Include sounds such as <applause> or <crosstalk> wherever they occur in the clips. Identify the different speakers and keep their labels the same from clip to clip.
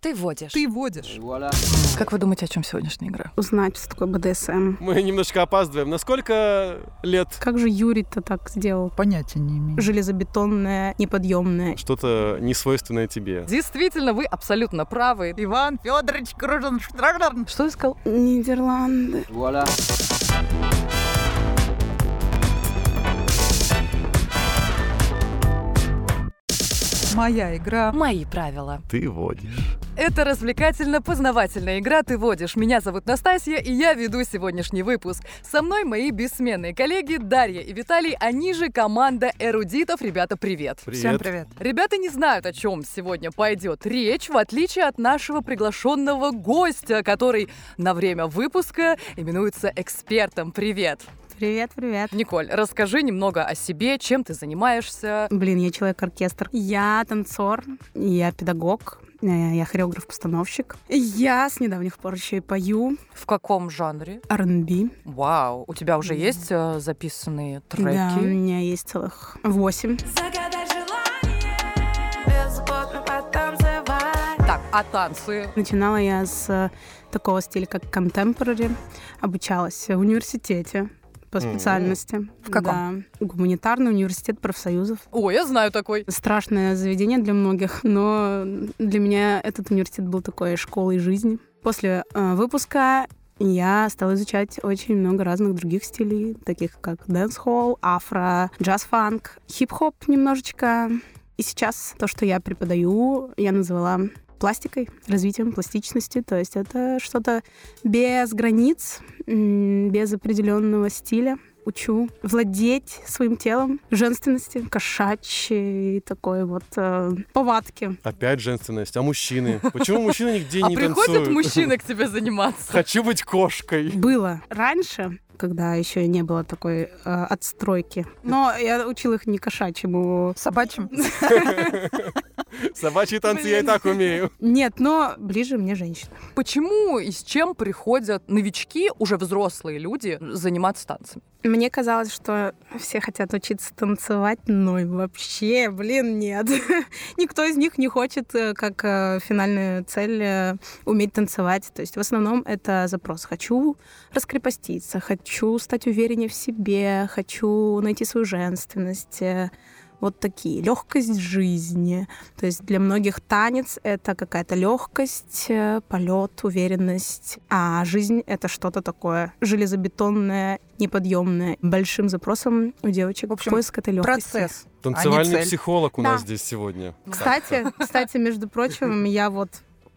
Speaker 1: Ты водишь.
Speaker 2: Ты водишь.
Speaker 1: Как вы думаете, о чем сегодняшняя игра?
Speaker 3: Узнать, что такое БДСМ.
Speaker 4: Мы немножко опаздываем. На сколько лет?
Speaker 3: Как же Юрий-то так сделал?
Speaker 2: Понятия не имею.
Speaker 3: Железобетонная, неподъемная.
Speaker 4: Что-то несвойственное тебе.
Speaker 1: Действительно, вы абсолютно правы.
Speaker 2: Иван Федорович Кружин.
Speaker 1: Что ты сказал?
Speaker 3: Нидерланды.
Speaker 2: Моя игра.
Speaker 1: Мои правила.
Speaker 5: Ты водишь.
Speaker 1: Это развлекательно-познавательная игра «Ты водишь». Меня зовут Настасья, и я веду сегодняшний выпуск. Со мной мои бессменные коллеги Дарья и Виталий, они же команда эрудитов. Ребята, привет.
Speaker 2: Всем привет.
Speaker 1: Ребята не знают, о чем сегодня пойдет речь, в отличие от нашего приглашенного гостя, который на время выпуска именуется экспертом. Привет.
Speaker 3: Привет, привет.
Speaker 1: Николь, расскажи немного о себе, чем ты занимаешься.
Speaker 3: Блин, я человек-оркестр. Я танцор, я педагог, э, я хореограф-постановщик. Я с недавних пор еще и пою
Speaker 1: В каком жанре?
Speaker 3: R&B.
Speaker 1: Вау, у тебя уже есть э, записанные треки?
Speaker 3: Да, у меня есть целых восемь.
Speaker 6: Загадай желание Беззаботно потанцевать
Speaker 1: Так, а танцы?
Speaker 3: Начинала я с э, такого стиля, как contemporary. Обучалась в университете по
Speaker 4: Мгм.
Speaker 3: специальности.
Speaker 1: В каком?
Speaker 3: Да. Гуманитарный университет профсоюзов.
Speaker 1: О, я знаю такой.
Speaker 3: Страшное заведение для многих, но для меня этот университет был такой школой жизни. После э, выпуска я стала изучать очень много разных других стилей, таких как дэнс-холл, афро, джаз-фанк, хип-хоп немножечко. И сейчас то, что я преподаю, я назвала пластикой, развитием пластичности. То есть это что-то без границ, м, без определенного стиля. Учу владеть своим телом, женственности, кошачьей такой вот э, повадки.
Speaker 4: Опять женственность. А мужчины? Почему мужчины нигде
Speaker 1: а
Speaker 4: не
Speaker 1: приходят
Speaker 4: танцуют?
Speaker 1: мужчины к тебе заниматься?
Speaker 4: Хочу быть кошкой.
Speaker 3: Было раньше, когда еще не было такой э, отстройки. Но я учила их не кошачьему.
Speaker 2: Собачьим.
Speaker 4: Собачьи танцы я и так умею.
Speaker 3: Нет, но ближе мне женщина.
Speaker 1: Почему и с чем приходят новички, уже взрослые люди, заниматься танцами?
Speaker 3: Мне казалось, что все хотят учиться танцевать, но и вообще, блин, нет. Никто из них не хочет э, как э, финальную цель э, уметь танцевать. То есть в основном это запрос. Хочу раскрепоститься, хочу стать увереннее в себе, хочу найти свою женственность. э, Вот такие. Легкость жизни. То есть для многих танец — это какая-то легкость, полет, уверенность. А жизнь — это что-то такое железобетонное, неподъемное. Большим запросом у девочек
Speaker 2: В общем,
Speaker 3: поиск этой легкости.
Speaker 2: Процесс.
Speaker 4: Танцевальный
Speaker 2: цель.
Speaker 4: психолог у
Speaker 3: Да.
Speaker 4: нас здесь сегодня.
Speaker 3: Кстати,
Speaker 4: <laughs>
Speaker 3: кстати, между прочим, я вот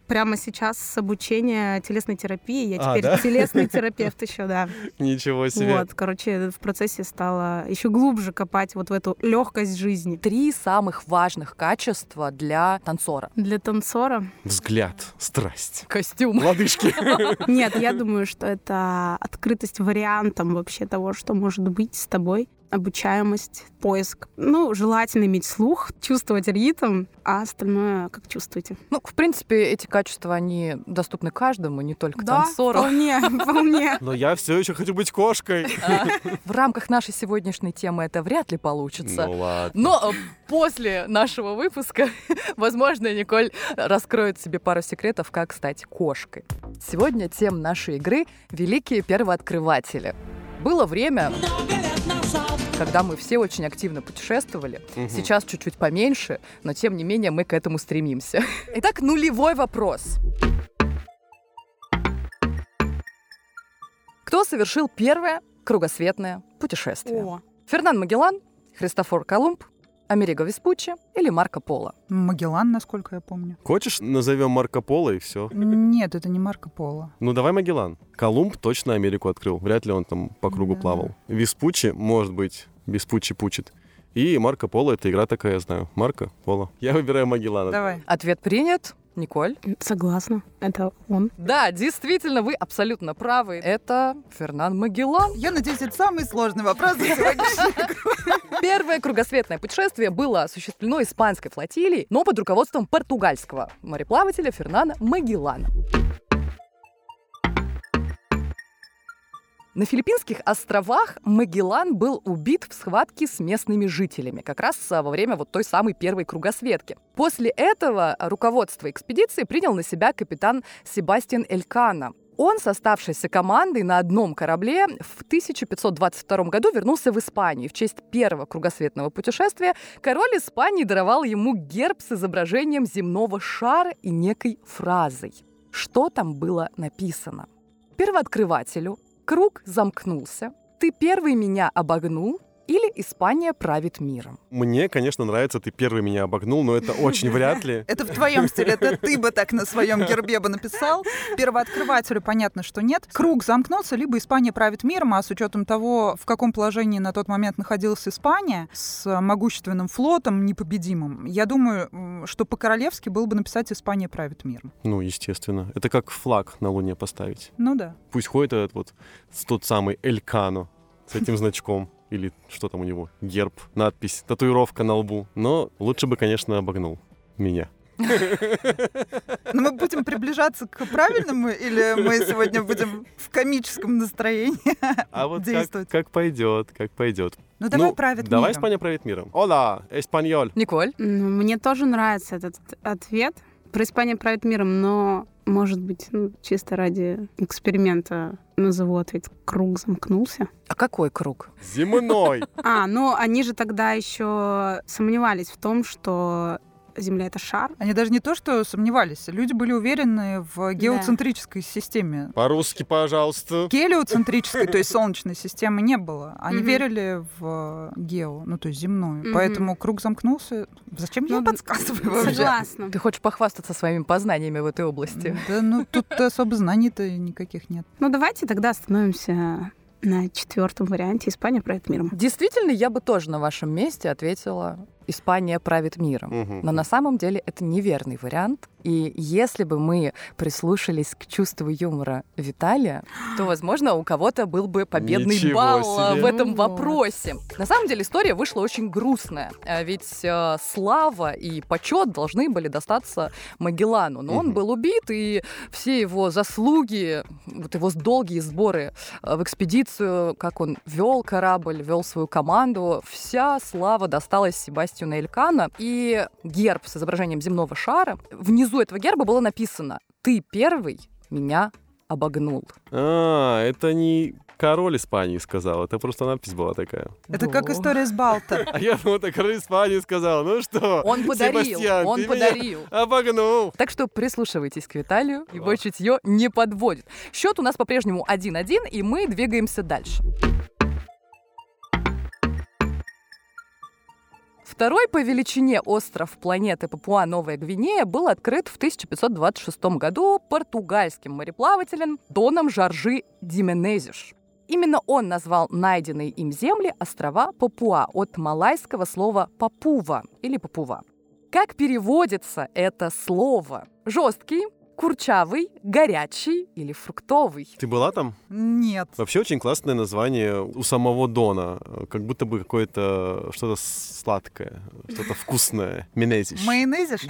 Speaker 3: прямо сейчас с обучения телесной терапии. Я
Speaker 4: А,
Speaker 3: теперь
Speaker 4: да?
Speaker 3: телесный терапевт еще, да.
Speaker 4: Ничего <laughs> себе.
Speaker 3: Вот, короче, в процессе стала еще глубже копать вот в эту легкость жизни.
Speaker 1: Три самых важных качества для танцора.
Speaker 3: Для
Speaker 4: <laughs>
Speaker 3: танцора?
Speaker 4: Взгляд, страсть,
Speaker 1: Костюм. <laughs>
Speaker 4: лодыжки.
Speaker 3: Нет, я думаю, что это открытость вариантам вообще того, что может быть с тобой обучаемость, поиск. Ну, желательно иметь слух, чувствовать ритм, а остальное как чувствуете.
Speaker 1: Ну, в принципе, эти качества, они доступны каждому, не только танцору.
Speaker 3: <laughs> вполне, вполне.
Speaker 4: Но я все еще хочу быть кошкой.
Speaker 1: В рамках нашей сегодняшней темы это вряд ли получится.
Speaker 4: Ну ладно.
Speaker 1: Но э, после нашего выпуска, <laughs> возможно, Николь раскроет себе пару секретов, как стать кошкой. Сегодня тем нашей игры «Великие первооткрыватели». Было время, когда мы все очень активно путешествовали.
Speaker 4: Мгм.
Speaker 1: Сейчас чуть-чуть поменьше, но тем не менее мы к этому стремимся. <laughs> Итак, нулевой вопрос. Кто совершил первое кругосветное путешествие?
Speaker 3: О,
Speaker 1: Фернан Магеллан, Христофор Колумб, Америго Веспуччи или Марко Поло?
Speaker 2: Магеллан, насколько я помню.
Speaker 4: Хочешь, назовем Марко Поло и все?
Speaker 2: Нет, это не Марко Поло.
Speaker 4: Ну давай Магеллан. Колумб точно Америку открыл. Вряд ли он там по кругу
Speaker 2: Да.
Speaker 4: плавал. Веспуччи, может быть, Веспуччи пучит. И Марко Поло, это игра такая, я знаю. Марко Поло. Я выбираю Магеллана.
Speaker 2: Давай.
Speaker 1: Ответ принят. Николь?
Speaker 3: Согласна, это он.
Speaker 1: Да, действительно, вы абсолютно правы. Это Фернан Магеллан.
Speaker 2: Я надеюсь, это самый сложный вопрос за <laughs> сегодняшний.
Speaker 1: Первое кругосветное путешествие было осуществлено испанской флотилией, но под руководством португальского мореплавателя Фернана Магеллана. На филиппинских островах Магеллан был убит в схватке с местными жителями, как раз а, во время вот той самой первой кругосветки. После этого а, руководство экспедиции принял на себя капитан Себастьян Элькана. Он с оставшейся командой на одном корабле в 1522 году вернулся в Испанию. В честь первого кругосветного путешествия король Испании даровал ему герб с изображением земного шара и некой фразой. Что там было написано? Первооткрывателю круг замкнулся, ты первый меня обогнул, или Испания правит миром.
Speaker 4: Мне, конечно, нравится, ты первый меня обогнул, но
Speaker 2: <laughs>
Speaker 4: это очень вряд ли.
Speaker 2: Это в твоем стиле, это ты бы так на своем гербе бы написал. Первооткрывателю понятно, что нет. Круг замкнулся, либо Испания правит миром, а с учетом того, в каком положении на тот момент находилась Испания, с могущественным флотом, непобедимым, я думаю, м, что по-королевски было бы написать «Испания правит миром».
Speaker 4: Ну, естественно. Это как флаг на Луне поставить.
Speaker 2: Ну да.
Speaker 4: Пусть ходит этот вот с- тот самый Элькано с этим значком. Или что там у него? Герб, надпись, татуировка на лбу. Но лучше бы, конечно, обогнул меня.
Speaker 2: Но Ну, мы будем приближаться к правильному, или мы сегодня будем в комическом настроении?
Speaker 4: А вот как,
Speaker 2: Действовать.
Speaker 4: как пойдет, как пойдет.
Speaker 2: Ну давай
Speaker 4: Ну,
Speaker 2: правит
Speaker 4: Давай
Speaker 2: миром.
Speaker 4: Испания правит миром. Ола, Эспаньоль.
Speaker 1: Николь?
Speaker 3: Ну, Мне тоже нравится этот ответ. Про Испанию правит миром, но, может быть, ну, чисто ради эксперимента назову ответ «Круг замкнулся».
Speaker 1: А какой круг?
Speaker 4: Земной.
Speaker 3: А, ну они же тогда еще сомневались в том, что Земля — это шар.
Speaker 2: Они даже не то, что сомневались. Люди были уверены в геоцентрической системе.
Speaker 4: <laughs> По-русски, пожалуйста.
Speaker 2: Гелиоцентрической, то есть солнечной системы не было. Они
Speaker 3: Мгм.
Speaker 2: верили в гео, ну то есть земную.
Speaker 3: Мгм.
Speaker 2: Поэтому круг замкнулся. Зачем я
Speaker 3: Ну,
Speaker 2: подсказываю вообще?
Speaker 3: Согласна.
Speaker 1: Ты хочешь похвастаться своими познаниями в этой области?
Speaker 2: Да, ну тут особо знаний-то никаких нет.
Speaker 3: Ну давайте тогда остановимся на четвертом варианте «Испания правит миром».
Speaker 1: Действительно, я бы тоже на вашем месте ответила «Испания правит миром». Но на самом деле это неверный вариант. И если бы мы прислушались к чувству юмора Виталия, то, возможно, у кого-то был бы победный
Speaker 4: Ничего
Speaker 1: балл э,
Speaker 4: себе.
Speaker 1: в этом
Speaker 3: Ну вот.
Speaker 1: вопросе. На самом деле история вышла очень грустная. Э, Ведь э, слава и почет должны были достаться Магеллану. Но он
Speaker 4: Мгм.
Speaker 1: был убит, и все его заслуги, вот его долгие сборы э, в экспедицию, как он вел корабль, вел свою команду. Вся слава досталась Себастьяну Элькана. И герб с изображением земного шара, внизу этого герба было написано «Ты первый меня обогнул».
Speaker 4: А, это не король Испании сказал, это просто надпись была такая.
Speaker 2: Это как
Speaker 1: Во.
Speaker 2: история с Балта.
Speaker 4: А я думал, это король Испании сказал. Ну что,
Speaker 1: Он подарил,
Speaker 4: Себастьян,
Speaker 1: он
Speaker 4: ты меня
Speaker 1: подарил.
Speaker 4: обогнул.
Speaker 1: Так что прислушивайтесь к Виталию, его
Speaker 4: Класс.
Speaker 1: чутье не подводит. Счет у нас по-прежнему 1-1, и мы двигаемся дальше. Второй по величине остров планеты Папуа-Новая Гвинея был открыт в 1526 году португальским мореплавателем Доном Жоржи Дименезиш. Именно он назвал найденные им земли острова Папуа от малайского слова «папува» или «папува». Как переводится это слово? Жесткий, курчавый, горячий или фруктовый?
Speaker 4: Ты была там?
Speaker 2: Нет.
Speaker 4: Вообще очень классное название у самого Дона. Э, Как будто бы какое-то что-то сладкое, что-то вкусное. <laughs> Менезиш.
Speaker 2: Майонезишь?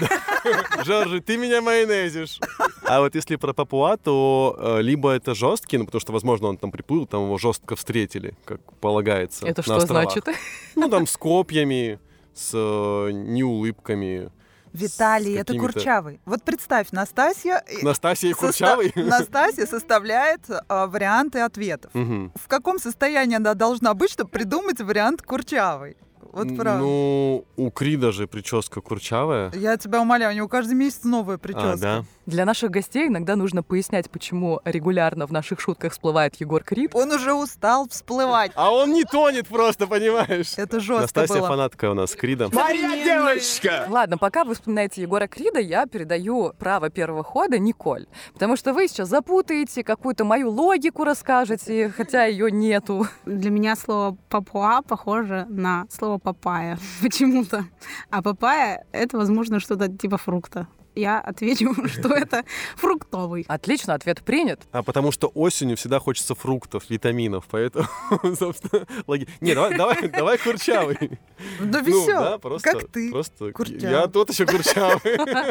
Speaker 4: Жоржи, ты меня майонезишь. А вот если про Папуа, то э, либо это жесткий, ну потому что, возможно, он там приплыл, там его жестко встретили, как полагается.
Speaker 1: Это
Speaker 4: на
Speaker 1: что
Speaker 4: островах.
Speaker 1: значит?
Speaker 4: Ну там с копьями, с э, неулыбками.
Speaker 2: Виталий, это
Speaker 4: какими-то-
Speaker 2: Курчавый. Вот представь, Настасья... и-
Speaker 4: Настасьей
Speaker 2: соста-
Speaker 4: Курчавой.
Speaker 2: Настасья составляет а, варианты ответов.
Speaker 4: <laughs> Мгм.
Speaker 2: В каком состоянии она должна быть, чтобы придумать вариант Курчавый? Вот
Speaker 4: Н-
Speaker 2: правда.
Speaker 4: Ну, у Крида же прическа курчавая.
Speaker 2: Я тебя умоляю, у него каждый месяц новая прическа.
Speaker 4: А, да?
Speaker 1: Для наших гостей иногда нужно пояснять, почему регулярно в наших шутках всплывает Егор Крид.
Speaker 2: Он уже устал всплывать.
Speaker 4: А он не тонет просто, понимаешь?
Speaker 2: Это жестко
Speaker 4: Настасья
Speaker 2: было.
Speaker 4: фанатка у нас Крида.
Speaker 2: Моя девочка!
Speaker 1: Ладно, пока вы вспоминаете Егора Крида, я передаю право первого хода Николь. Потому что вы сейчас запутаете, какую-то мою логику расскажете, хотя ее нету.
Speaker 3: Для меня слово «папуа» похоже на слово «папая» <laughs> почему-то. А «папая» — это, возможно, что-то типа фрукта. Я отвечу, <laughs> что это фруктовый.
Speaker 1: Отлично, ответ принят.
Speaker 4: А потому что осенью всегда хочется фруктов, витаминов, поэтому, <laughs> собственно, логи... Не, давай, давай,
Speaker 2: <laughs>
Speaker 4: давай курчавый.
Speaker 2: Ну
Speaker 4: Ну,
Speaker 2: весел,
Speaker 4: да, просто,
Speaker 2: как ты.
Speaker 4: Просто...
Speaker 2: курчавый.
Speaker 4: Я тот
Speaker 2: <laughs>
Speaker 4: еще курчавый.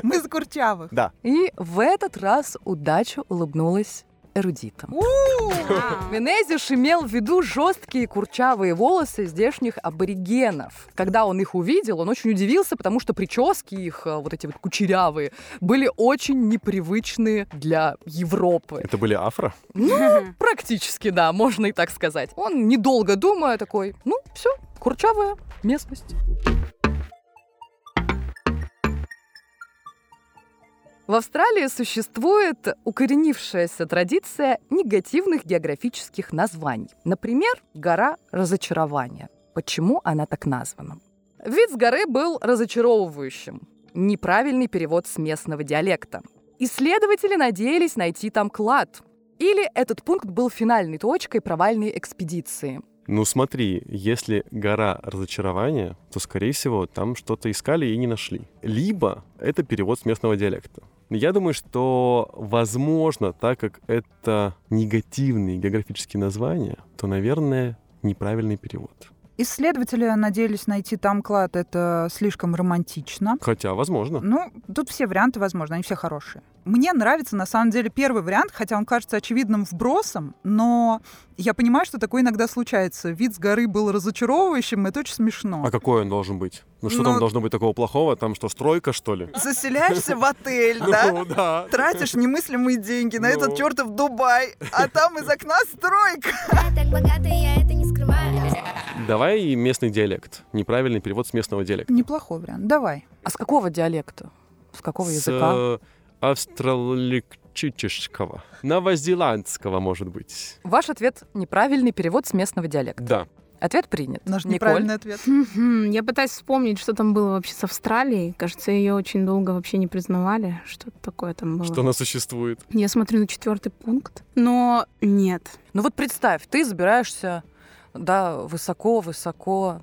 Speaker 2: Мы с Курчавых.
Speaker 4: Да.
Speaker 1: И в этот раз удача улыбнулась эрудитом.
Speaker 2: У-у-у!
Speaker 1: Менезиш имел в виду жесткие курчавые волосы здешних аборигенов. Когда он их увидел, он очень удивился, потому что прически их, э, вот эти вот кучерявые, были очень непривычные для Европы.
Speaker 4: Это были афро?
Speaker 1: Практически, да, можно и так сказать. Он, недолго думая, такой, ну, все, курчавая местность. В Австралии существует укоренившаяся традиция негативных географических названий. Например, гора разочарования. Почему она так названа? Вид с горы был разочаровывающим. Неправильный перевод с местного диалекта. Исследователи надеялись найти там клад, или этот пункт был финальной точкой провальной экспедиции.
Speaker 4: Ну смотри, если гора разочарования, то, скорее всего, там что-то искали и не нашли. Либо это перевод с местного диалекта. Но Я думаю, что, возможно, так как это негативные географические названия, то, наверное, неправильный перевод.
Speaker 2: Исследователи надеялись найти там клад. Это слишком романтично.
Speaker 4: Хотя, возможно.
Speaker 2: Ну, тут все варианты возможны, они все хорошие. Мне нравится, на самом деле, первый вариант, хотя он кажется очевидным вбросом, но я понимаю, что такое иногда случается. Вид с горы был разочаровывающим, это очень смешно.
Speaker 4: А какой он должен быть? Ну что
Speaker 2: Ну-
Speaker 4: там должно быть такого плохого? Там что, стройка,
Speaker 1: <laughs>
Speaker 4: что ли?
Speaker 2: Заселяешься в отель, да?
Speaker 4: Ну да.
Speaker 2: Тратишь немыслимые деньги на
Speaker 4: Ну.
Speaker 2: этот чертов Дубай, а там из окна стройка.
Speaker 6: Я так богата, я это не скрываю
Speaker 4: Давай местный диалект. Неправильный перевод с местного диалекта.
Speaker 2: Неплохой вариант, давай.
Speaker 1: А с какого диалекта? С какого
Speaker 4: С,
Speaker 1: языка?
Speaker 4: э, австраличического. Новозеландского, может быть.
Speaker 1: Ваш ответ — неправильный перевод с местного диалекта.
Speaker 4: Да.
Speaker 1: Ответ принят.
Speaker 2: Наш
Speaker 1: Николь?
Speaker 2: неправильный ответ.
Speaker 3: Мгм. Я пытаюсь вспомнить, что там было вообще с Австралией. Кажется, ее очень долго вообще не признавали. Что-то такое там было.
Speaker 4: Что она существует.
Speaker 3: Я смотрю на четвертый пункт, но нет.
Speaker 1: Ну вот представь, ты забираешься, да, высоко-высоко,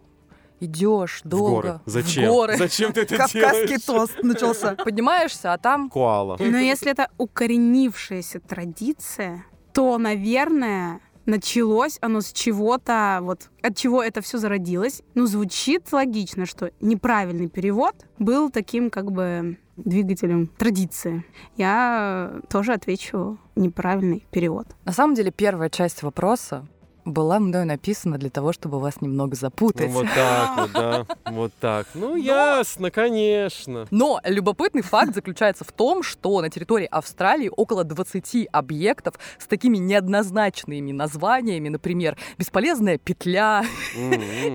Speaker 1: идешь долго.
Speaker 4: В горы. Зачем?
Speaker 1: В горы.
Speaker 4: Зачем ты
Speaker 1: <laughs>
Speaker 4: это
Speaker 2: Кавказский
Speaker 4: делаешь?
Speaker 2: тост начался.
Speaker 1: Поднимаешься, а там... <laughs>
Speaker 4: Коала.
Speaker 3: Но если это укоренившаяся традиция, то, наверное, началось оно с чего-то, вот от чего это все зародилось. Ну, звучит логично, что неправильный перевод был таким как бы двигателем традиции. Я э, тоже отвечу неправильный перевод.
Speaker 1: На самом деле первая часть вопроса была мной написана для того, чтобы вас немного
Speaker 4: Ну,
Speaker 1: запутать.
Speaker 4: вот так вот, да. Вот так. Ну, ясно, конечно.
Speaker 1: Но любопытный факт заключается в том, что на территории Австралии около 20 объектов с такими неоднозначными названиями, например, «Бесполезная петля»
Speaker 4: М-м.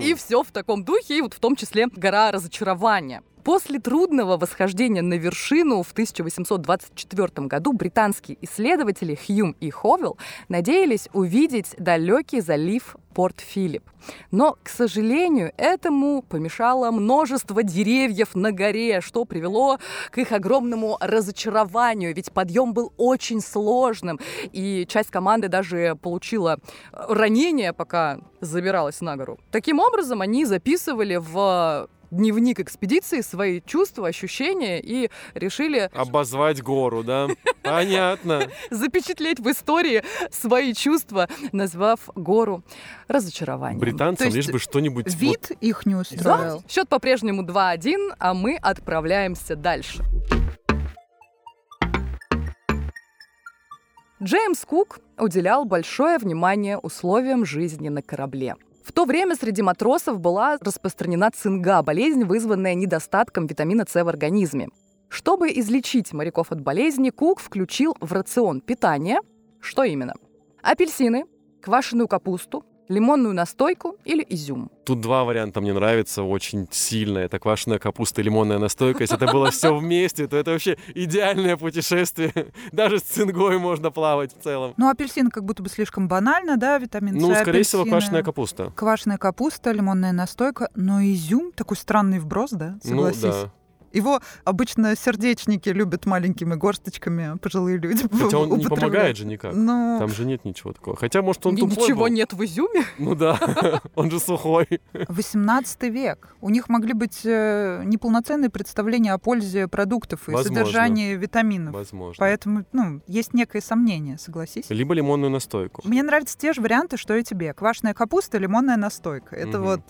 Speaker 1: <laughs> и все в таком духе, и вот в том числе «Гора разочарования». После трудного восхождения на вершину в 1824 году британские исследователи Хьюм и Ховел надеялись увидеть далекий залив Порт Филипп. Но, к сожалению, этому помешало множество деревьев на горе, что привело к их огромному разочарованию, ведь подъем был очень сложным, и часть команды даже получила э, ранение, пока забиралась на гору. Таким образом, они записывали в дневник экспедиции свои чувства, ощущения и решили
Speaker 4: Обозвать
Speaker 1: <laughs>
Speaker 4: гору, да? Понятно.
Speaker 1: запечатлеть в истории свои чувства, назвав гору разочарованием.
Speaker 4: Британцам
Speaker 1: То есть
Speaker 4: лишь бы что-нибудь... <laughs> вот-
Speaker 2: Вид их не устроил.
Speaker 1: Счет по-прежнему 2-1, а мы отправляемся дальше. Джеймс Кук уделял большое внимание условиям жизни на корабле. В то время среди матросов была распространена цинга, болезнь, вызванная недостатком витамина С в организме. Чтобы излечить моряков от болезни, Кук включил в рацион питания, что именно? Апельсины, квашеную капусту, лимонную настойку или изюм.
Speaker 4: Тут два варианта мне нравятся очень сильно. Это квашеная капуста и лимонная настойка. Если это было все вместе, то это вообще идеальное путешествие. <laughs> Даже с цингой можно плавать в целом.
Speaker 2: Ну, апельсин как будто бы слишком банально, да, витамин С,
Speaker 4: Ну, скорее всего,
Speaker 2: апельсины.
Speaker 4: квашеная капуста.
Speaker 2: Квашеная капуста, лимонная настойка, но изюм такой странный вброс, да?
Speaker 4: Ну,
Speaker 2: Согласись.
Speaker 4: да.
Speaker 2: Его обычно сердечники любят маленькими горсточками, пожилые люди.
Speaker 4: Хотя
Speaker 2: <laughs>
Speaker 4: он не
Speaker 2: употребляют.
Speaker 4: помогает же никак.
Speaker 2: Ну,
Speaker 4: Там же нет ничего такого. Хотя, может, он
Speaker 1: Ни-
Speaker 4: тупой
Speaker 1: Ничего
Speaker 4: был.
Speaker 1: нет в изюме.
Speaker 4: <laughs> Ну да, <laughs> он же сухой.
Speaker 2: 18 век. У них могли быть э, неполноценные представления о пользе продуктов и
Speaker 4: Возможно.
Speaker 2: содержании витаминов.
Speaker 4: Возможно.
Speaker 2: Поэтому, ну, есть некое сомнение, согласись.
Speaker 4: Либо лимонную настойку.
Speaker 2: Мне нравятся те же варианты, что и тебе. Квашеная капуста, лимонная настойка. Это
Speaker 4: Мгм.
Speaker 2: вот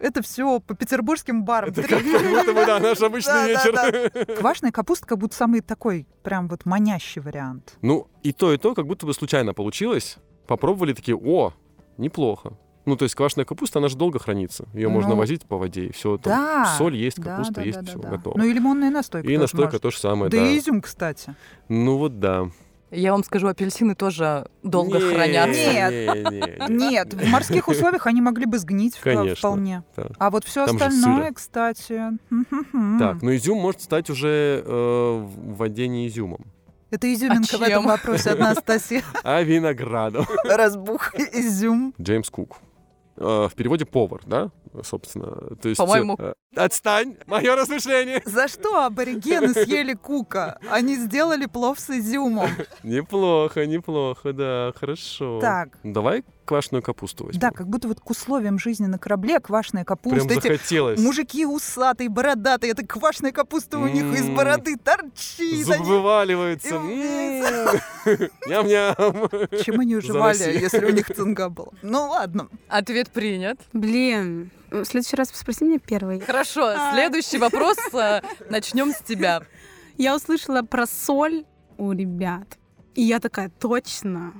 Speaker 2: Это все по петербургским барам.
Speaker 4: Это
Speaker 2: Три
Speaker 4: <laughs> как будто бы, да, наш обычный
Speaker 2: Да-да-да.
Speaker 4: вечер.
Speaker 2: Квашеная капуста как будто самый такой прям вот манящий вариант.
Speaker 4: Ну, и то, и то как будто бы случайно получилось. Попробовали такие, о, неплохо. Ну, то есть квашеная капуста, она же долго хранится. Ее можно
Speaker 2: Ну,
Speaker 4: возить по воде, и все. Там
Speaker 2: Да.
Speaker 4: соль есть,
Speaker 2: Да,
Speaker 4: капуста
Speaker 2: да,
Speaker 4: есть,
Speaker 2: да,
Speaker 4: все,
Speaker 2: да, да.
Speaker 4: готово.
Speaker 2: Ну и лимонная настойка.
Speaker 4: и
Speaker 2: тоже
Speaker 4: настойка
Speaker 2: может.
Speaker 4: то же самое,
Speaker 2: Да
Speaker 4: да.
Speaker 2: и изюм, кстати.
Speaker 4: Ну вот да.
Speaker 1: Я вам скажу, апельсины тоже долго
Speaker 4: Не,
Speaker 1: хранятся.
Speaker 2: Нет.
Speaker 4: не, не, не.
Speaker 2: Нет, в морских условиях они могли бы сгнить в-
Speaker 4: Конечно,
Speaker 2: вполне.
Speaker 4: да.
Speaker 2: А вот все
Speaker 4: Там же
Speaker 2: остальное,
Speaker 4: сыро.
Speaker 2: кстати. м-м-м.
Speaker 4: Так, но изюм может стать уже э, в воде не изюмом,
Speaker 2: Это изюминка
Speaker 1: А
Speaker 2: в этом
Speaker 1: чем?
Speaker 2: вопросе от Анастасии.
Speaker 4: а виноградом. <laughs>
Speaker 2: Разбух изюм.
Speaker 4: Джеймс Кук. Э, В переводе повар, да, собственно. То есть,
Speaker 1: По-моему-
Speaker 4: э, Отстань! Мое размышление!
Speaker 2: За что аборигены съели кука? Они сделали плов с изюмом.
Speaker 4: Неплохо, неплохо, да, хорошо.
Speaker 2: Так.
Speaker 4: Давай квашеную капусту возьмем.
Speaker 2: Да, как будто вот к условиям жизни на корабле квашеная
Speaker 4: Прям
Speaker 2: капуста. Эти
Speaker 4: захотелось.
Speaker 2: мужики усатые, бородатые, это квашеная капуста у них из
Speaker 4: М.
Speaker 2: бороды торчит.
Speaker 4: Зуб
Speaker 2: они-
Speaker 4: вываливается.
Speaker 2: И
Speaker 4: М. <laughs> Ням-ням.
Speaker 2: Чем они
Speaker 4: Заноси.
Speaker 2: выживали, если у них цинга была? Ну ладно.
Speaker 1: Ответ принят.
Speaker 3: Блин, в следующий раз спроси меня первый.
Speaker 1: Хорошо,
Speaker 3: А.
Speaker 1: следующий вопрос. э, Начнем с тебя.
Speaker 3: Я услышала про соль у ребят. И я такая, точно,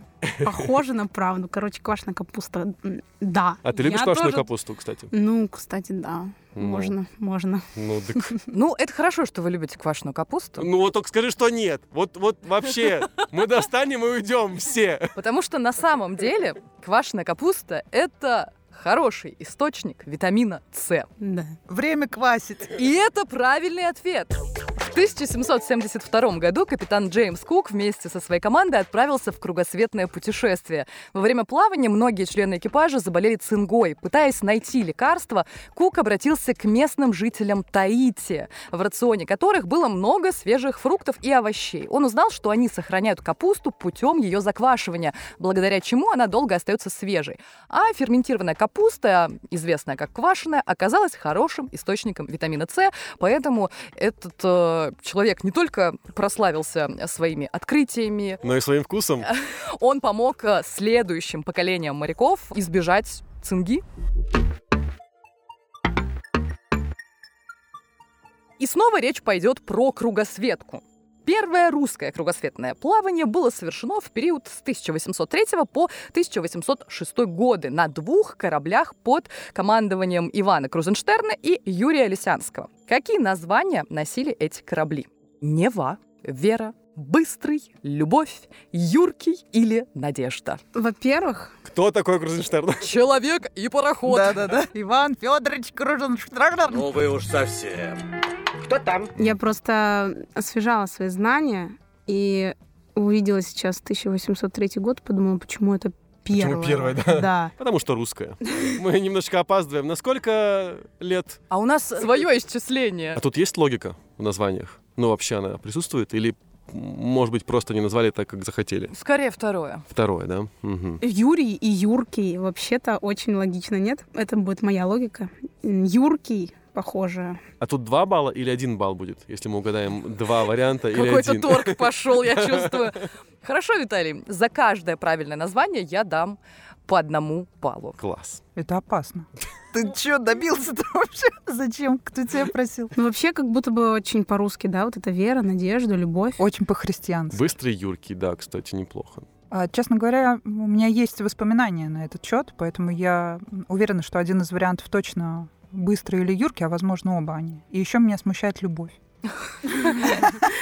Speaker 3: похоже на правду. Короче, квашеная капуста, м, да.
Speaker 4: А ты
Speaker 3: Я
Speaker 4: любишь квашеную
Speaker 3: тоже-
Speaker 4: капусту, кстати?
Speaker 3: Ну, кстати, да.
Speaker 4: Ну.
Speaker 3: Можно, можно.
Speaker 4: Ну, дык.
Speaker 1: Ну, это хорошо, что вы любите квашеную капусту,
Speaker 4: Ну вот только скажи, что нет. Вот, вот вообще, мы достанем и уйдем все.
Speaker 1: потому что на самом деле квашеная капуста – это хороший источник витамина С.
Speaker 3: Да.
Speaker 2: Время квасить.
Speaker 1: И это правильный ответ. В 1772 году капитан Джеймс Кук вместе со своей командой отправился в кругосветное путешествие. Во время плавания многие члены экипажа заболели цингой. Пытаясь найти лекарство, Кук обратился к местным жителям Таити, в рационе которых было много свежих фруктов и овощей. Он узнал, что они сохраняют капусту путем ее заквашивания, благодаря чему она долго остается свежей. А ферментированная капуста, известная как квашеная, оказалась хорошим источником витамина С, поэтому этот э, человек не только прославился своими открытиями,
Speaker 4: Но Ну и своим вкусом.
Speaker 1: он помог э, следующим поколениям моряков избежать цинги. И снова речь пойдет про кругосветку. Первое русское кругосветное плавание было совершено в период с 1803 по 1806 годы на двух кораблях под командованием Ивана Крузенштерна и Юрия Лисянского. Какие названия носили эти корабли? Нева, Вера, Быстрый, Любовь, Юркий или Надежда?
Speaker 3: Во-первых,
Speaker 4: Кто такой Крузенштерн?
Speaker 1: Человек и пароход.
Speaker 2: Да-да-да. <laughs> Иван Федорович Кружин-Штраган.
Speaker 5: Ну вы уж совсем. Кто там?
Speaker 3: я просто освежала свои знания и увидела сейчас 1803 год, подумала, почему это первое.
Speaker 4: первое, да?
Speaker 3: Да.
Speaker 4: Потому что русская. Мы немножечко опаздываем. На сколько лет?
Speaker 1: А у нас свое исчисление.
Speaker 4: А тут есть логика в названиях? Ну, вообще она присутствует? Или, м, может быть, просто не назвали так, как захотели?
Speaker 1: Скорее второе.
Speaker 4: Второе, да? Мгм.
Speaker 3: Юрий и Юркий вообще-то очень логично, нет? Это будет моя логика. М, Юркий, похоже.
Speaker 4: А тут два балла или один балл будет, если мы угадаем два варианта или
Speaker 1: Какой-то
Speaker 4: один?
Speaker 1: торг пошел,
Speaker 4: <laughs>
Speaker 1: я чувствую. Хорошо, Виталий, за каждое правильное название я дам по одному баллу.
Speaker 4: Класс.
Speaker 2: Это опасно. <laughs> Ты чё добился-то <laughs> вообще? Зачем? Кто тебя просил?
Speaker 3: Ну, вообще, как будто бы очень по-русски, да? Вот это вера, надежда, любовь.
Speaker 2: Очень по-христиански.
Speaker 4: Быстрый Юркий, да, кстати, неплохо.
Speaker 2: А, Честно говоря, у меня есть воспоминания на этот счет, поэтому я уверена, что один из вариантов точно быстро или Юрки, а возможно оба они. И еще меня смущает любовь.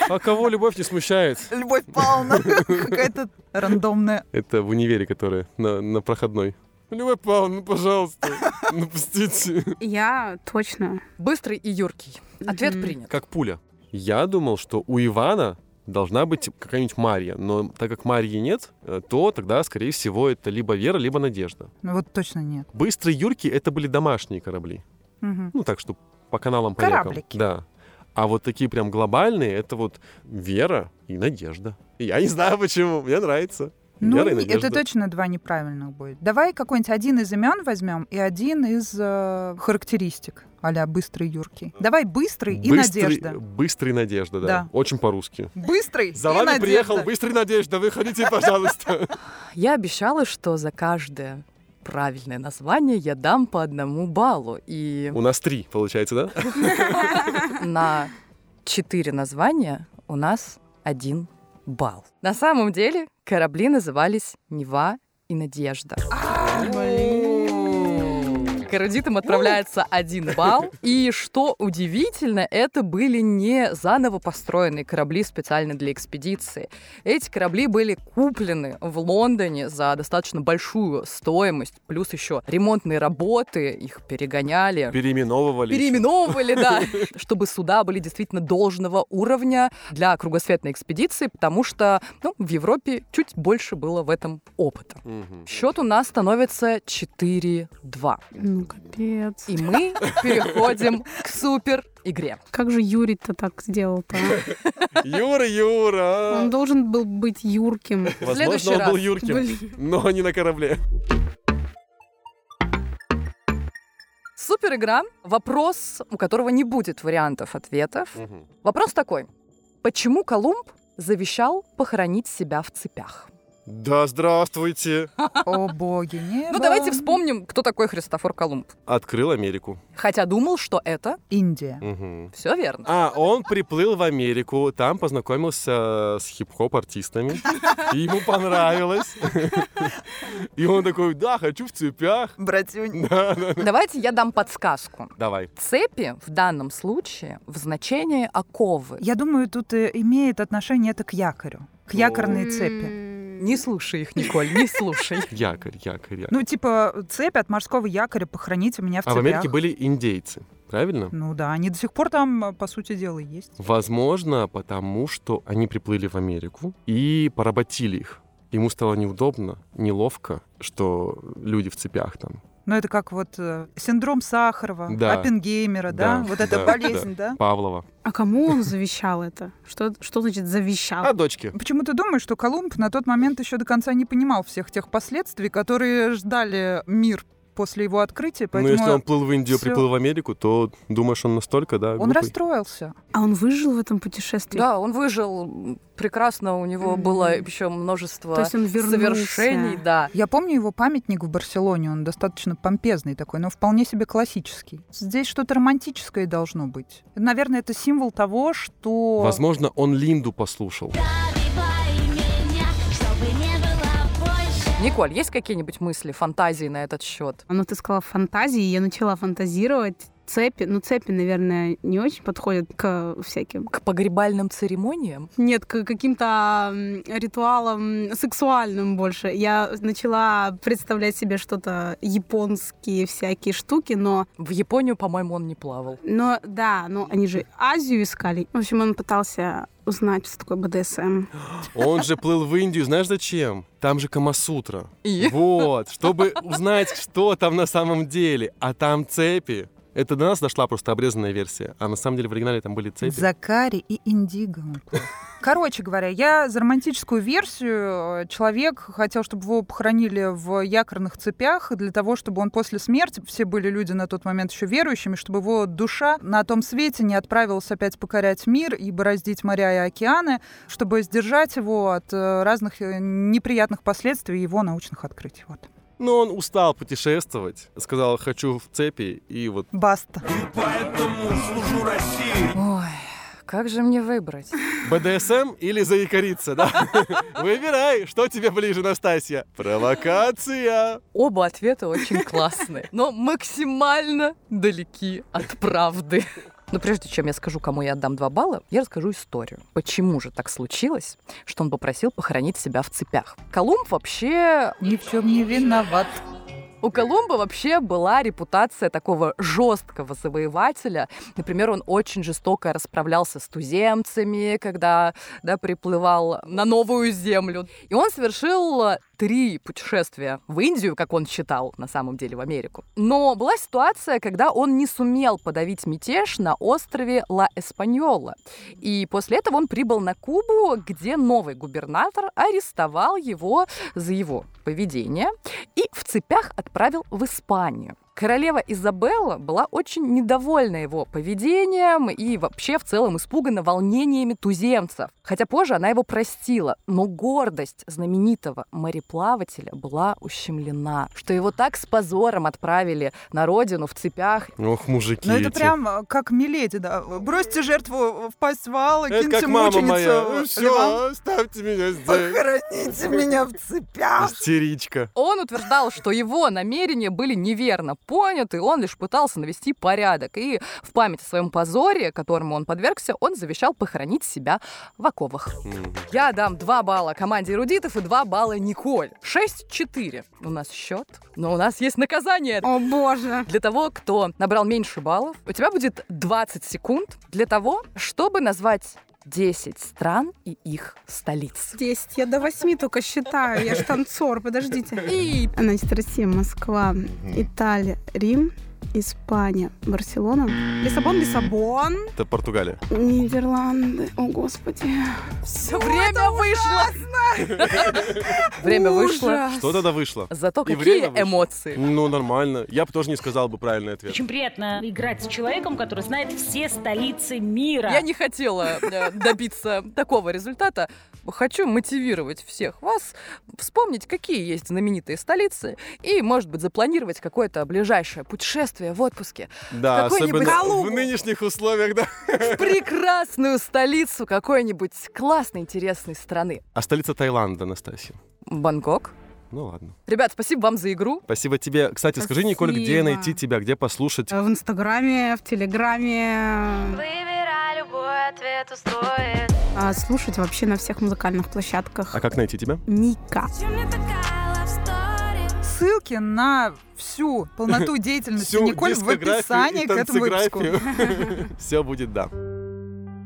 Speaker 4: А кого любовь не смущает?
Speaker 2: Любовь Павловна <laughs> какая-то рандомная.
Speaker 4: Это в универе, которая на, на проходной. Любовь Павловна, ну, пожалуйста, напустите.
Speaker 3: Я точно.
Speaker 1: Быстрый и юркий. Ответ
Speaker 3: Мгм.
Speaker 1: принят.
Speaker 4: Как пуля. Я думал, что у Ивана должна быть какая-нибудь Марья, но так как Марьи нет, э, то тогда, скорее всего, это либо Вера, либо Надежда.
Speaker 2: Ну вот точно нет.
Speaker 4: Быстрые Юрки — это были домашние корабли.
Speaker 2: Мгм.
Speaker 4: Ну, так что по каналам, по рекам.
Speaker 2: Кораблики.
Speaker 4: Да. А вот такие прям глобальные — это вот Вера и Надежда. Я не знаю почему, мне нравится.
Speaker 2: Ну,
Speaker 4: Вера и
Speaker 2: не-
Speaker 4: Надежда.
Speaker 2: это точно два неправильных будет. Давай какой-нибудь один из имен возьмем и один из э, характеристик а-ля быстрый Юрки. Давай быстрый, и надежда.
Speaker 4: Быстрый Надежда, да.
Speaker 2: Да.
Speaker 4: Очень по-русски.
Speaker 2: Быстрый.
Speaker 4: За
Speaker 2: и
Speaker 4: вами
Speaker 2: надежда. <laughs>
Speaker 4: приехал Быстрый Надежда, выходите, пожалуйста.
Speaker 1: Я обещала, что за каждое правильное название я дам по одному баллу. И
Speaker 4: У нас три, получается, да?
Speaker 1: на четыре названия у нас один балл. На самом деле корабли назывались Нева и Надежда. К эрудитам отправляется один балл. И что удивительно, это были не заново построенные корабли специально для экспедиции. Эти корабли были куплены в Лондоне за достаточно большую стоимость, плюс еще ремонтные работы, их перегоняли.
Speaker 4: Переименовывали.
Speaker 1: Переименовывали, да, чтобы суда были действительно должного уровня для кругосветной экспедиции, потому что ну, в Европе чуть больше было в этом опыта.
Speaker 4: Мгм.
Speaker 1: Счет у нас становится 4-2.
Speaker 3: Ну, капец.
Speaker 1: И мы переходим к супер игре.
Speaker 3: Как же Юрий-то так сделал-то?
Speaker 4: <laughs>
Speaker 3: а?
Speaker 4: Юра, Юра!
Speaker 2: Ну,
Speaker 3: Он должен был быть Юрким.
Speaker 1: следующий
Speaker 4: Возможно, он был
Speaker 1: раз.
Speaker 4: Юрким,
Speaker 3: Блин.
Speaker 4: но не на корабле.
Speaker 1: Супер игра. Вопрос, у которого не будет вариантов ответов.
Speaker 4: Мгм.
Speaker 1: Вопрос такой. Почему Колумб завещал похоронить себя в цепях?
Speaker 4: Да, здравствуйте!
Speaker 2: О боги, не.
Speaker 1: Ну, давайте вспомним, кто такой Христофор Колумб.
Speaker 4: Открыл Америку.
Speaker 1: Хотя думал, что это
Speaker 2: Индия.
Speaker 4: Мгм.
Speaker 1: все верно.
Speaker 4: А, он приплыл в Америку, там познакомился э, с хип-хоп-артистами, и ему понравилось. И он такой, да, хочу в цепях.
Speaker 2: Братюнь.
Speaker 1: Давайте я дам подсказку.
Speaker 4: Давай.
Speaker 1: Цепи в данном случае в значении оковы.
Speaker 2: Я думаю, тут э, имеет отношение это к якорю.
Speaker 4: Ну.
Speaker 2: К якорной цепи.
Speaker 3: М,
Speaker 1: Не слушай их, Николь, не слушай.
Speaker 4: Якорь, якорь, якорь.
Speaker 2: Ну, типа, цепь от морского якоря похороните меня в
Speaker 4: А
Speaker 2: цепях.
Speaker 4: в Америке были индейцы, правильно?
Speaker 2: Ну да, они до сих пор там, э, по сути дела, и есть.
Speaker 4: Возможно, потому что они приплыли в Америку и поработили их. Ему стало неудобно, неловко, что люди в цепях там.
Speaker 2: Но это как вот э, синдром Сахарова,
Speaker 4: Да.
Speaker 2: Оппенгеймера, да?
Speaker 4: Да,
Speaker 2: Вот эта
Speaker 4: да,
Speaker 2: болезнь, да?
Speaker 4: Павлова.
Speaker 3: А кому он завещал это? Что, что значит завещал?
Speaker 4: А дочки?
Speaker 2: Почему ты думаешь, что Колумб на тот момент еще до конца не понимал всех тех последствий, которые ждали мир после его открытия,
Speaker 4: ну,
Speaker 2: поэтому
Speaker 4: если он плыл в Индию,
Speaker 2: всё.
Speaker 4: приплыл в Америку, то думаешь, он настолько, да,
Speaker 2: он
Speaker 4: глупый?
Speaker 2: расстроился.
Speaker 3: А он выжил в этом путешествии?
Speaker 1: <laughs> Да, он выжил м, прекрасно, у него
Speaker 3: Мгм.
Speaker 1: было еще множество
Speaker 3: То есть он вернулся.
Speaker 1: совершений, да.
Speaker 2: Я помню его памятник в Барселоне, он достаточно помпезный такой, но вполне себе классический. Здесь что-то романтическое должно быть. Наверное, это символ того, что...
Speaker 4: Возможно, он Линду послушал.
Speaker 6: Обивай меня, чтобы не было больше
Speaker 1: Николь, есть какие-нибудь мысли, фантазии на этот счет?
Speaker 3: Ну, ты сказала фантазии, я начала фантазировать. Цепи, ну, цепи, наверное, не очень подходят к всяким.
Speaker 1: К погребальным церемониям?
Speaker 3: Нет, к каким-то м, ритуалам сексуальным больше. Я начала представлять себе что-то японские всякие штуки, но,
Speaker 1: В Японию, по-моему, он не плавал.
Speaker 3: но да, но они же Азию искали. В общем, он пытался узнать, что такое БДСМ.
Speaker 4: Он же плыл в Индию, знаешь зачем? Там же Камасутра.
Speaker 1: И?
Speaker 4: Вот, чтобы узнать, что там на самом деле. А там цепи. Это до нас дошла просто обрезанная версия. А на самом деле в оригинале там были цепи.
Speaker 2: Закари и Индиго. он плыл. Короче говоря, я за романтическую версию. э, Человек хотел, чтобы его похоронили в якорных цепях, для того, чтобы он после смерти, все были люди на тот момент еще верующими, чтобы его душа на том свете не отправилась опять покорять мир и бороздить моря и океаны, чтобы сдержать его от э, разных э, неприятных последствий его научных открытий. Вот.
Speaker 4: Но он устал путешествовать. Сказал, хочу в цепи. И вот
Speaker 2: Баста.
Speaker 5: Поэтому служу России.
Speaker 1: Ой, как же мне выбрать?
Speaker 4: БДСМ или заикариться, да? <laughs> Выбирай, что тебе ближе, Настасья. Провокация.
Speaker 1: Оба ответа очень <laughs> классные, но максимально далеки от правды. Но прежде чем я скажу, кому я отдам два балла, я расскажу историю. Почему же так случилось, что он попросил похоронить себя в цепях? Колумб вообще
Speaker 2: Ни в чем не виноват.
Speaker 1: У Колумба вообще была репутация такого жесткого завоевателя. Например, он очень жестоко расправлялся с туземцами, когда да, приплывал на новую землю. И он совершил э, три путешествия в Индию, как он считал, на самом деле в Америку. Но была ситуация, когда он не сумел подавить мятеж на острове Ла-Эспаньола. И после этого он прибыл на Кубу, где новый губернатор арестовал его за его поведение и в цепях отправил в Испанию. Королева Изабелла была очень недовольна его поведением и вообще в целом испугана волнениями туземцев. Хотя позже она его простила, но гордость знаменитого мореплавателя была ущемлена, что его так с позором отправили на родину в цепях.
Speaker 4: Ох, мужики
Speaker 2: Ну, это
Speaker 4: эти.
Speaker 2: прям э, как Миледи, да. Бросьте жертву в пасть вала,
Speaker 4: Это
Speaker 2: киньте
Speaker 4: как мама
Speaker 2: мученицу
Speaker 4: моя. Ну,
Speaker 2: в льва.
Speaker 4: Все, ставьте меня здесь.
Speaker 2: Похороните меня в цепях.
Speaker 4: Истеричка.
Speaker 1: Он утверждал, что его намерения были неверно поняты, он лишь пытался навести порядок. И в память о своем позоре, которому он подвергся, он завещал похоронить себя в оковах.
Speaker 4: М.
Speaker 1: Я дам 2 балла команде эрудитов и 2 балла Николь. 6-4 у нас счет, но у нас есть наказание.
Speaker 3: О боже.
Speaker 1: Для того, кто набрал меньше баллов, у тебя будет 20 секунд для того, чтобы назвать 10 стран и их столиц.
Speaker 3: 10. Я до 8 только считаю. Я ж танцор, подождите.
Speaker 1: И
Speaker 3: Значит, Россия, Москва, Италия, Рим, Испания, Барселона, Лиссабон, Лиссабон,
Speaker 4: Это Португалия.
Speaker 3: Нидерланды. О, господи.
Speaker 1: все время вышло. <laughs> Время
Speaker 2: А
Speaker 1: вышло.
Speaker 4: Что тогда вышло?
Speaker 1: Зато
Speaker 4: И время
Speaker 1: какие
Speaker 4: вышло.
Speaker 1: эмоции.
Speaker 4: Ну, нормально. Я бы тоже не сказал бы правильный ответ.
Speaker 7: Очень приятно играть с человеком, который знает все столицы мира.
Speaker 1: Я не хотела э, добиться такого результата. Хочу мотивировать всех вас вспомнить, какие есть знаменитые столицы и, может быть, запланировать какое-то ближайшее путешествие в отпуске
Speaker 4: <laughs> Да,
Speaker 1: Какой-нибудь
Speaker 4: особенно
Speaker 1: Калугу.
Speaker 4: в нынешних условиях, да.
Speaker 1: в прекрасную столицу какой-нибудь классной, интересной страны.
Speaker 4: А столица Таиланда, Анастасия.
Speaker 1: Бангкок.
Speaker 4: Ну ладно.
Speaker 1: Ребят, спасибо вам за игру.
Speaker 4: Спасибо тебе. Кстати, скажи, Николь, где
Speaker 3: Спасибо.
Speaker 4: найти тебя, где послушать?
Speaker 3: В Инстаграме, в Телеграме.
Speaker 8: Выбирай любой ответ устроит.
Speaker 3: А, Слушать вообще на всех музыкальных площадках.
Speaker 4: А как найти тебя?
Speaker 3: Ника.
Speaker 2: Ссылки на всю
Speaker 4: <laughs>
Speaker 2: полноту деятельности
Speaker 4: Всю
Speaker 2: Николь в
Speaker 4: дискографию
Speaker 2: описании
Speaker 4: и
Speaker 2: к этому выпуску.
Speaker 4: <laughs> танцеграфию. Все будет, да.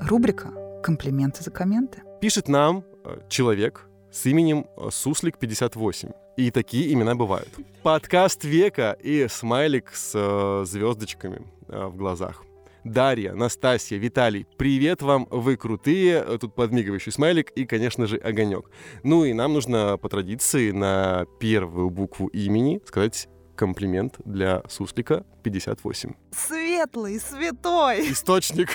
Speaker 2: Рубрика «Комплименты за комменты».
Speaker 4: Пишет нам э, человек с именем э, Суслик58. И такие имена бывают. Подкаст века и смайлик с э, звездочками э, в глазах. Дарья, Настасья, Виталий, привет вам, вы крутые. Э, Тут подмигивающий смайлик и, конечно же, огонек. Ну и нам нужно по традиции на первую букву имени сказать комплимент для Суслика 58.
Speaker 2: Светлый, святой,
Speaker 4: Источник.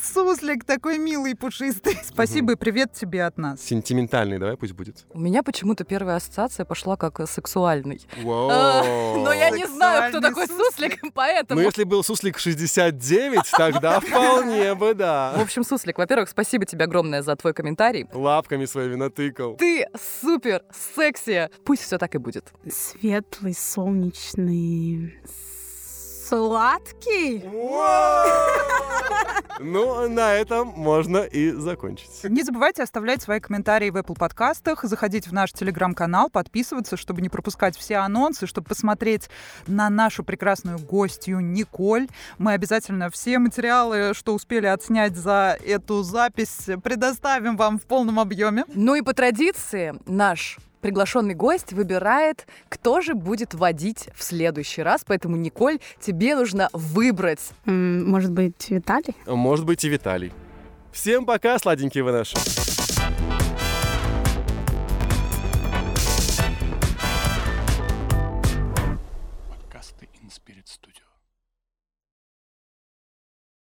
Speaker 4: <laughs>
Speaker 2: суслик такой милый, пушистый. Спасибо и привет тебе от нас.
Speaker 4: Сентиментальный, давай пусть будет.
Speaker 1: У меня почему-то первая ассоциация пошла как э, ну, сексуальный.
Speaker 4: Вау.
Speaker 1: Но я не знаю, кто такой
Speaker 2: Сексуальный суслик.
Speaker 1: суслик, поэтому...
Speaker 4: Ну, если был суслик 69, тогда вполне бы,
Speaker 1: В
Speaker 4: да.
Speaker 1: общем, Суслик, во-первых, спасибо тебе огромное за твой комментарий.
Speaker 4: Лапками своими натыкал.
Speaker 1: Ты супер секси. Пусть все так и будет.
Speaker 3: Светлый, солнечный, сладкий.
Speaker 4: Ну, на этом можно и закончить.
Speaker 2: Не забывайте оставлять свои комментарии в Apple подкастах, заходить в наш телеграм-канал, подписываться, чтобы не пропускать все анонсы, чтобы посмотреть на нашу прекрасную гостью Николь. Мы обязательно все материалы, что успели отснять за эту запись, предоставим вам в полном объеме.
Speaker 1: Ну и по традиции наш приглашенный гость выбирает, кто же будет водить в следующий раз. Поэтому, Николь, тебе нужно выбрать.
Speaker 3: М, Может быть, Виталий?
Speaker 4: Может быть, и Виталий. Всем пока, сладенькие вы наши.